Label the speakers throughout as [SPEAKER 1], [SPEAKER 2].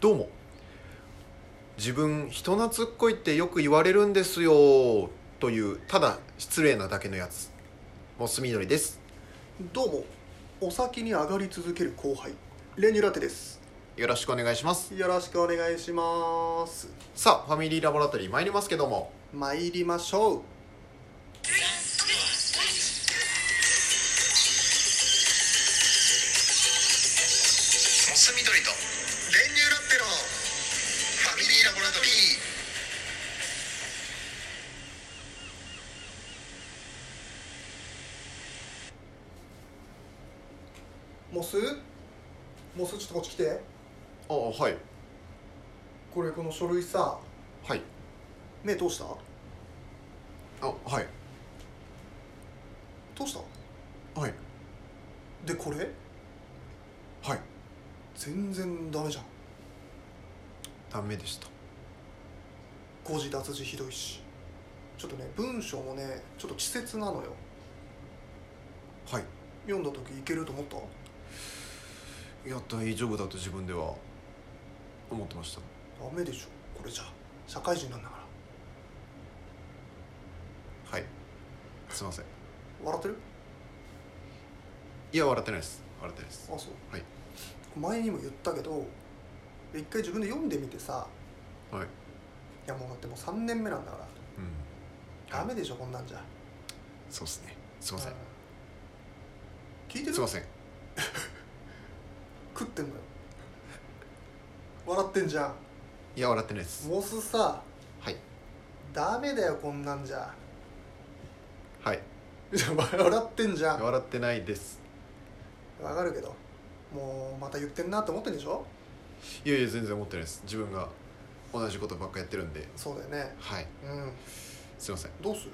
[SPEAKER 1] どうも自分人懐っこいってよく言われるんですよというただ失礼なだけのやつモスみどりです
[SPEAKER 2] どうもお先に上がり続ける後輩レニュラテです
[SPEAKER 1] よろしくお願いします
[SPEAKER 2] よろしくお願いします
[SPEAKER 1] さあファミリーラボラトリー参りますけども
[SPEAKER 2] 参りましょう
[SPEAKER 3] モス緑と電流ラッペのファミリーラボラトリー
[SPEAKER 2] モスモスちょっとこっち来て
[SPEAKER 1] ああはい
[SPEAKER 2] これこの書類さ
[SPEAKER 1] はい
[SPEAKER 2] 目通した
[SPEAKER 1] あはい
[SPEAKER 2] 通した
[SPEAKER 1] はい
[SPEAKER 2] でこれ
[SPEAKER 1] はい
[SPEAKER 2] 全然ダメじゃん
[SPEAKER 1] ダメでした
[SPEAKER 2] 誤字脱字ひどいしちょっとね文章もねちょっと稚拙なのよ
[SPEAKER 1] はい
[SPEAKER 2] 読んだ時いけると思った
[SPEAKER 1] いや大丈夫だと自分では思ってました
[SPEAKER 2] ダメでしょこれじゃ社会人なんだか
[SPEAKER 1] は
[SPEAKER 2] ら
[SPEAKER 1] いすいません
[SPEAKER 2] 笑ってる
[SPEAKER 1] いや笑ってないです笑ってないです
[SPEAKER 2] あそう
[SPEAKER 1] はい
[SPEAKER 2] 前にも言ったけど一回自分で読んでみてさ
[SPEAKER 1] はい
[SPEAKER 2] いやもうだってもう3年目なんだから
[SPEAKER 1] うん
[SPEAKER 2] ダメでしょこんなんじゃ
[SPEAKER 1] そうですねすいません
[SPEAKER 2] 聞いてる
[SPEAKER 1] すいません
[SPEAKER 2] 食ってんのよ笑ってんじゃ
[SPEAKER 1] いや笑ってないです
[SPEAKER 2] んモスさ
[SPEAKER 1] はい
[SPEAKER 2] ダメだよこんなんじゃ
[SPEAKER 1] はい
[SPEAKER 2] 笑ってんじゃん
[SPEAKER 1] 笑ってないです
[SPEAKER 2] わかるけどもうまた言ってんなって思ってんでしょ
[SPEAKER 1] いやいや全然思ってないです自分が同じことばっかやってるんで
[SPEAKER 2] そうだよね
[SPEAKER 1] はい
[SPEAKER 2] うん
[SPEAKER 1] すいません
[SPEAKER 2] どうする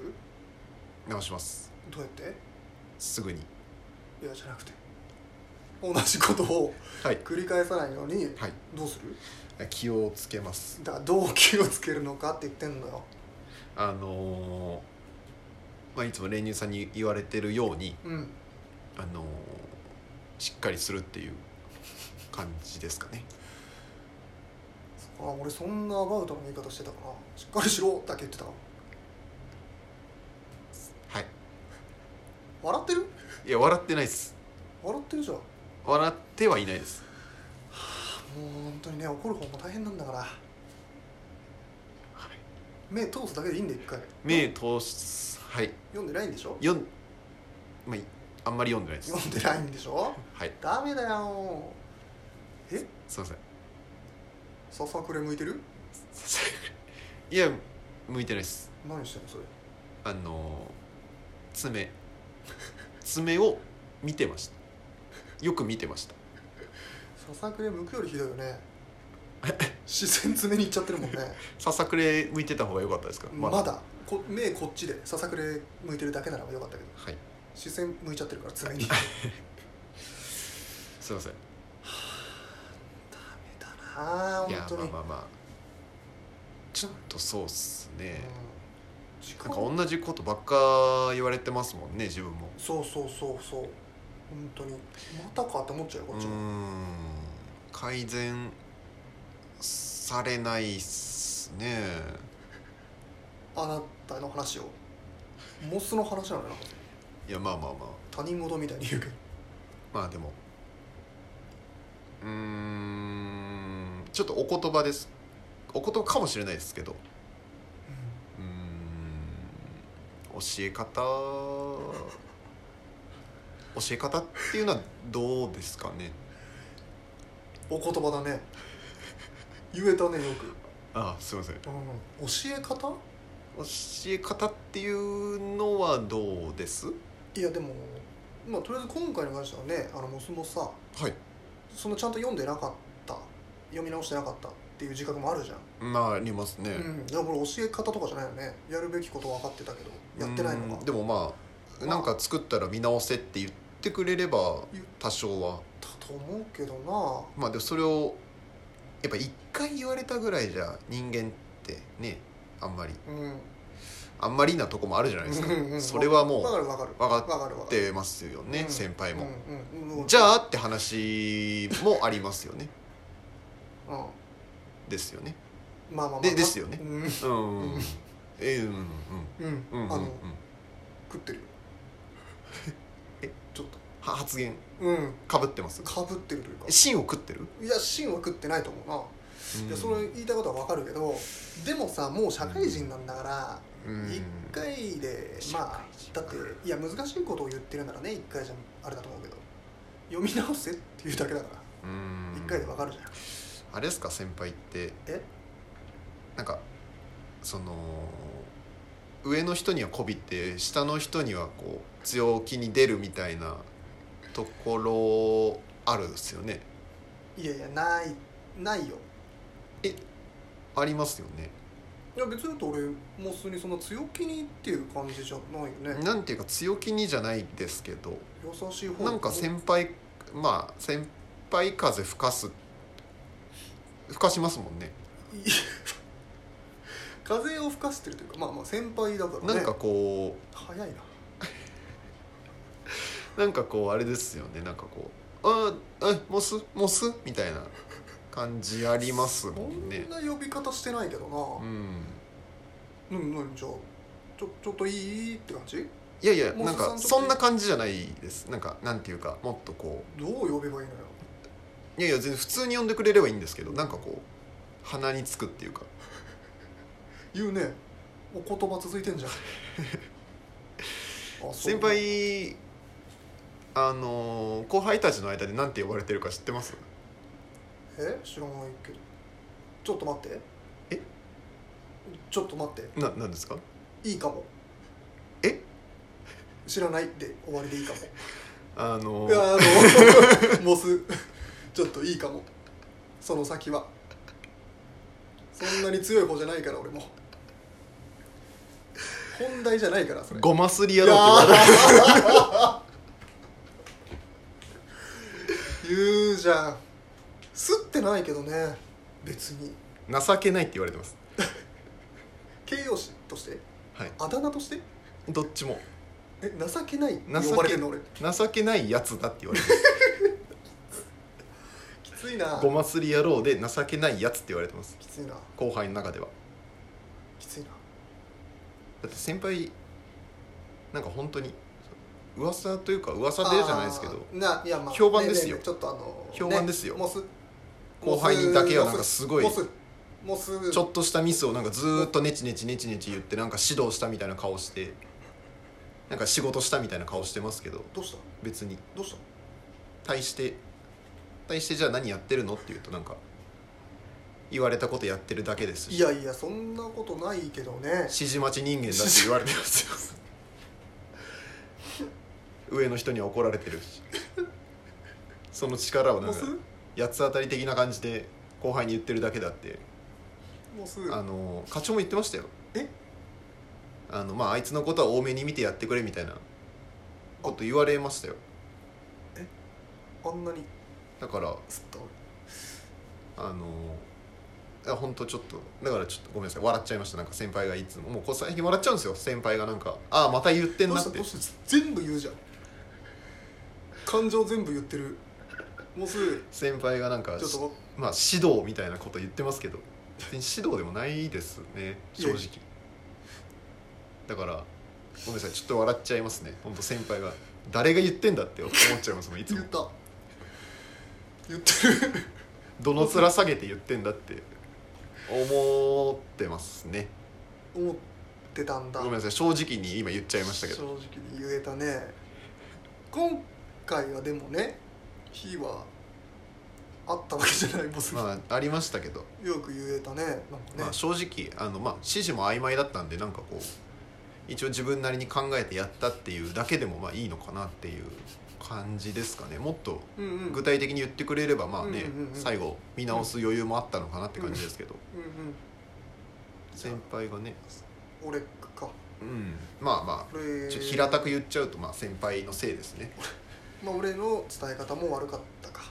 [SPEAKER 1] 直します
[SPEAKER 2] どうやって
[SPEAKER 1] すぐに
[SPEAKER 2] いやじゃなくて同じことを
[SPEAKER 1] はい
[SPEAKER 2] 繰り返さないように
[SPEAKER 1] はい
[SPEAKER 2] どうする
[SPEAKER 1] 気をつけます
[SPEAKER 2] だからどう気をつけるのかって言ってんのよ
[SPEAKER 1] あのーまあいつも練乳さんに言われてるように
[SPEAKER 2] うん
[SPEAKER 1] あのーしっかりするっていう感じですかね
[SPEAKER 2] あ俺そんなアバウトの言い方してたかなしっかりしろだけ言ってたわ
[SPEAKER 1] はい
[SPEAKER 2] 笑ってる
[SPEAKER 1] いや笑ってないです
[SPEAKER 2] 笑ってるじゃんも
[SPEAKER 1] 笑ってはいないです
[SPEAKER 2] う本当にね怒る方も大変なんだから目通すだけでいいんで一回
[SPEAKER 1] 目通すはい
[SPEAKER 2] 読んでないんでしょ
[SPEAKER 1] 読んまああんまり読んでないです
[SPEAKER 2] 読んでないんでしょ
[SPEAKER 1] はい
[SPEAKER 2] ダメだよえ
[SPEAKER 1] すいません
[SPEAKER 2] ささくれ向いてる
[SPEAKER 1] いや向いてないです
[SPEAKER 2] 何してんのそれ
[SPEAKER 1] あの爪爪を見てましたよく見てました
[SPEAKER 2] ささくれ向くよりひどいよね視線爪に行っちゃってるもんね
[SPEAKER 1] ささくれ向いてた方が良かったですか
[SPEAKER 2] まだこ目こっちでささくれ向いてるだけならよかったけど
[SPEAKER 1] はい
[SPEAKER 2] 視線向いちゃってるから爪にダメ
[SPEAKER 1] すいません
[SPEAKER 2] だなあ
[SPEAKER 1] いや
[SPEAKER 2] 本当
[SPEAKER 1] まあ
[SPEAKER 2] に
[SPEAKER 1] まあまあちょっとそうっすね
[SPEAKER 2] うん時
[SPEAKER 1] なん
[SPEAKER 2] 間
[SPEAKER 1] か同じことばっか言われてますもんね自分も
[SPEAKER 2] そうそうそうそう本当にまたかって思っちゃうよ
[SPEAKER 1] う
[SPEAKER 2] こっ
[SPEAKER 1] ー
[SPEAKER 2] ちも
[SPEAKER 1] ん改善されないっすね
[SPEAKER 2] あなたの話をモスの話なのよなんか
[SPEAKER 1] いやまあまあまあ
[SPEAKER 2] 他人事みたいに言うけど
[SPEAKER 1] まあでもうーんちょっとお言葉ですお言葉かもしれないですけどうーん教え方教え方っていうのはどうですかね
[SPEAKER 2] お言葉だね言えたねよく、
[SPEAKER 1] あすいません
[SPEAKER 2] 教え方
[SPEAKER 1] 教え方っていうのはどうです
[SPEAKER 2] いやでもまあとりあえず今回に関してはねあのモスもさ
[SPEAKER 1] はい
[SPEAKER 2] そのちゃんと読んでなかった読み直してなかったっていう自覚もあるじゃん、
[SPEAKER 1] まあありますね、
[SPEAKER 2] うん、じゃあこれ教え方とかじゃないよねやるべきこと分かってたけどやってないの
[SPEAKER 1] う
[SPEAKER 2] か
[SPEAKER 1] んでもまあなんか作ったら見直せって言ってくれれば
[SPEAKER 2] 言っ
[SPEAKER 1] 多少は
[SPEAKER 2] たと思うけどな
[SPEAKER 1] まあでもそれをやっぱ一回言われたぐらいじゃ人間ってねあんまり
[SPEAKER 2] うん
[SPEAKER 1] あんまりなとこもあるじゃないですか、
[SPEAKER 2] うんうんうん
[SPEAKER 1] それは
[SPEAKER 2] わか
[SPEAKER 1] も
[SPEAKER 2] るわかる
[SPEAKER 1] う分か
[SPEAKER 2] わかるわ
[SPEAKER 1] っ
[SPEAKER 2] かる
[SPEAKER 1] てますよね、
[SPEAKER 2] うん
[SPEAKER 1] 先輩も、
[SPEAKER 2] うんうんうんうん
[SPEAKER 1] じゃあって話もありますよね
[SPEAKER 2] うん
[SPEAKER 1] ですよね
[SPEAKER 2] まあまあまあ
[SPEAKER 1] でですよね
[SPEAKER 2] うん
[SPEAKER 1] うんうん
[SPEAKER 2] うん
[SPEAKER 1] えーうんうん
[SPEAKER 2] うん、
[SPEAKER 1] うんうん
[SPEAKER 2] あ
[SPEAKER 1] うん
[SPEAKER 2] の食ってるよ
[SPEAKER 1] え
[SPEAKER 2] ちょっと
[SPEAKER 1] は発言
[SPEAKER 2] うん
[SPEAKER 1] かぶってます
[SPEAKER 2] かぶってるというか
[SPEAKER 1] 芯を食ってる
[SPEAKER 2] いや芯は食ってないと思うな、いやその言いたいことはわかるけどでもさもう社会人なんだから、
[SPEAKER 1] うん
[SPEAKER 2] 一回でまあ
[SPEAKER 1] 社
[SPEAKER 2] だ
[SPEAKER 1] 会
[SPEAKER 2] って
[SPEAKER 1] 人
[SPEAKER 2] いや難しいことを言ってるならね一回じゃあれだと思うけど読み直せっていうだけだから
[SPEAKER 1] うん
[SPEAKER 2] 一回でわかるじゃん
[SPEAKER 1] あれですか先輩って
[SPEAKER 2] え
[SPEAKER 1] なんかその上の人には媚びて下の人にはこう強気に出るみたいなところあるですよね
[SPEAKER 2] いやいやないないよ
[SPEAKER 1] ありますよね
[SPEAKER 2] いや別にだって俺もう普通にそんな強気にっていう感じじゃないよね
[SPEAKER 1] なんていうか強気にじゃないですけど
[SPEAKER 2] 優しい方
[SPEAKER 1] なんか先輩まあ先輩風吹かす吹かしますもんね
[SPEAKER 2] いや風を吹かしてるというかまあまあ先輩だからね
[SPEAKER 1] なんかこ
[SPEAKER 2] 早いな
[SPEAKER 1] うなんかこうあれですよねなんかこう「あーえモスモス」みたいな感じありますもんね
[SPEAKER 2] そんな呼び方してないけど
[SPEAKER 1] う
[SPEAKER 2] なんうん何じゃあちょちょっといいって感じ
[SPEAKER 1] いやいや
[SPEAKER 2] モス
[SPEAKER 1] なん
[SPEAKER 2] さ
[SPEAKER 1] か
[SPEAKER 2] んと
[SPEAKER 1] そんな感じじゃないですなんかなんていうかもっとこ
[SPEAKER 2] どう呼べばいいのよ
[SPEAKER 1] ういやいや全然普通に呼んでくれればいいんですけどなんかこう鼻につくっていうか
[SPEAKER 2] 言うねお言葉続い てんじゃんあそう
[SPEAKER 1] 先輩あのー後輩たちの間でなんて呼ばれてるか知ってます
[SPEAKER 2] え知らないけどちょっと待って
[SPEAKER 1] え
[SPEAKER 2] ちょっと待って
[SPEAKER 1] ななんですか
[SPEAKER 2] いいかも
[SPEAKER 1] え
[SPEAKER 2] 知らないで終わりでいいかも
[SPEAKER 1] あの
[SPEAKER 2] いや
[SPEAKER 1] ー
[SPEAKER 2] あ のモスちょっといいかもその先はそんなに強い方じゃないから俺も本題じゃないからそれ
[SPEAKER 1] ごますり
[SPEAKER 2] い
[SPEAKER 1] や
[SPEAKER 2] や
[SPEAKER 1] だって言われる
[SPEAKER 2] ー 言うじゃんすってないけどね別に
[SPEAKER 1] 情けないって言われてます
[SPEAKER 2] 形容詞として
[SPEAKER 1] はい
[SPEAKER 2] あだ名として
[SPEAKER 1] どっちも
[SPEAKER 2] え情けないって
[SPEAKER 1] 情け
[SPEAKER 2] 呼ばれてんの俺
[SPEAKER 1] 情けないやつだって言われてます
[SPEAKER 2] きついな
[SPEAKER 1] ごますり野郎で情けないやつって言われてます
[SPEAKER 2] きついな
[SPEAKER 1] 後輩の中では
[SPEAKER 2] きついな
[SPEAKER 1] だって先輩なんか本当に噂というか噂でじゃないですけど
[SPEAKER 2] あーないやまあ
[SPEAKER 1] 評判ですよ
[SPEAKER 2] ねえねえちょっとあの
[SPEAKER 1] 評判ですよ
[SPEAKER 2] ねモス
[SPEAKER 1] 後輩にだけはなんかすごい
[SPEAKER 2] モスモス
[SPEAKER 1] ちょっとしたミスをなんかずーっとネチネチネチネチ言ってなんか指導したみたいな顔してなんか仕事したみたいな顔してますけど
[SPEAKER 2] どうした
[SPEAKER 1] 別に
[SPEAKER 2] どうした
[SPEAKER 1] 対して対してじゃあ何やってるのって言うとなんか言われたことやってるだけですし
[SPEAKER 2] いやいやそんなことないけどね
[SPEAKER 1] 指示待ち人間だって言われてます よ上の人には怒られてるしその力をな
[SPEAKER 2] モ
[SPEAKER 1] んか
[SPEAKER 2] ス
[SPEAKER 1] 八つ当たり的な感じで後輩に言ってるだけだって
[SPEAKER 2] モス
[SPEAKER 1] あの課長も言ってましたよ
[SPEAKER 2] え
[SPEAKER 1] あのまああいつのことは多めに見てやってくれみたいなこと言われましたよ
[SPEAKER 2] あんなに
[SPEAKER 1] だから
[SPEAKER 2] すっと
[SPEAKER 1] あのいや本当ちょっとだからちょっとごめんなさい笑っちゃいましたなんか先輩がいつももうこう最近笑っちゃうんですよ先輩がなんか「ああまた言ってん
[SPEAKER 2] どう
[SPEAKER 1] な」
[SPEAKER 2] し
[SPEAKER 1] ったて
[SPEAKER 2] どうした全部言うじゃん感情全部言ってるモス
[SPEAKER 1] 先輩がなんか
[SPEAKER 2] ちょっと
[SPEAKER 1] まあ指導みたいなこと言ってますけど別に指導でもないですね正直
[SPEAKER 2] いや
[SPEAKER 1] だからごめんなさいちょっと笑っちゃいますね本当先輩が誰が言ってんだって思っちゃいます もんいつ
[SPEAKER 2] 言
[SPEAKER 1] も
[SPEAKER 2] った言ってる
[SPEAKER 1] どの面下げて言ってんだって思ってますね
[SPEAKER 2] 思ってたんだ
[SPEAKER 1] ごめんなさい正直に今言っちゃいましたけ
[SPEAKER 2] 正
[SPEAKER 1] ど
[SPEAKER 2] 直に言えたね今回はでもね日はあったわけじゃないボス、
[SPEAKER 1] まあありましたけど、
[SPEAKER 2] よく言えたねなんかね、
[SPEAKER 1] まあ正直あのまあ指示も曖昧だったんでなんかこう一応自分なりに考えてやったっていうだけでもまあいいのかなっていう感じですかねもっと
[SPEAKER 2] うんうん
[SPEAKER 1] 具体的に言ってくれればまあね、
[SPEAKER 2] うんうんうんうん
[SPEAKER 1] 最後見直す余裕もあったのかなって感じですけど、
[SPEAKER 2] うんうん
[SPEAKER 1] 先輩がね
[SPEAKER 2] 俺か
[SPEAKER 1] うんまあまあ
[SPEAKER 2] 俺
[SPEAKER 1] ちょ平たく言っちゃうとまあ先輩のせいですね
[SPEAKER 2] まあ俺の伝え方も悪かったか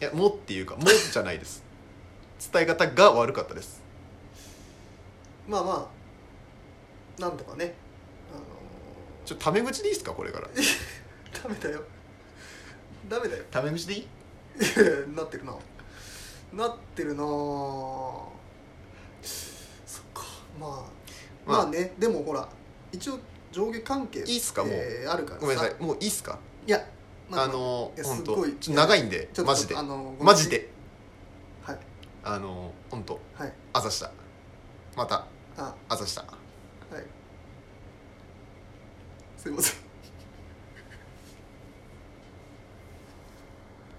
[SPEAKER 1] いやもっていうかもじゃないです伝え方が悪かったです
[SPEAKER 2] まあまあなんとかねあの
[SPEAKER 1] ちょっとタメ口でいいですかこれ から
[SPEAKER 2] ー、ダメだよダメだよ
[SPEAKER 1] タメ口でいい
[SPEAKER 2] いやなってるななってるなぁそっかまあ
[SPEAKER 1] ま
[SPEAKER 2] ま
[SPEAKER 1] あ
[SPEAKER 2] あねでもほら一応上下関係
[SPEAKER 1] いいっすかもう
[SPEAKER 2] えーあるから
[SPEAKER 1] ごめんなさいもういいっすか
[SPEAKER 2] いや、ま
[SPEAKER 1] あの
[SPEAKER 2] いや
[SPEAKER 1] 本
[SPEAKER 2] すっご
[SPEAKER 1] 当
[SPEAKER 2] い
[SPEAKER 1] ちょっと長いんで
[SPEAKER 2] ちょっと
[SPEAKER 1] マジで
[SPEAKER 2] あの
[SPEAKER 1] マジで
[SPEAKER 2] はい
[SPEAKER 1] あの本当
[SPEAKER 2] はい
[SPEAKER 1] あざしたまた
[SPEAKER 2] あ
[SPEAKER 1] あざした
[SPEAKER 2] はいすいません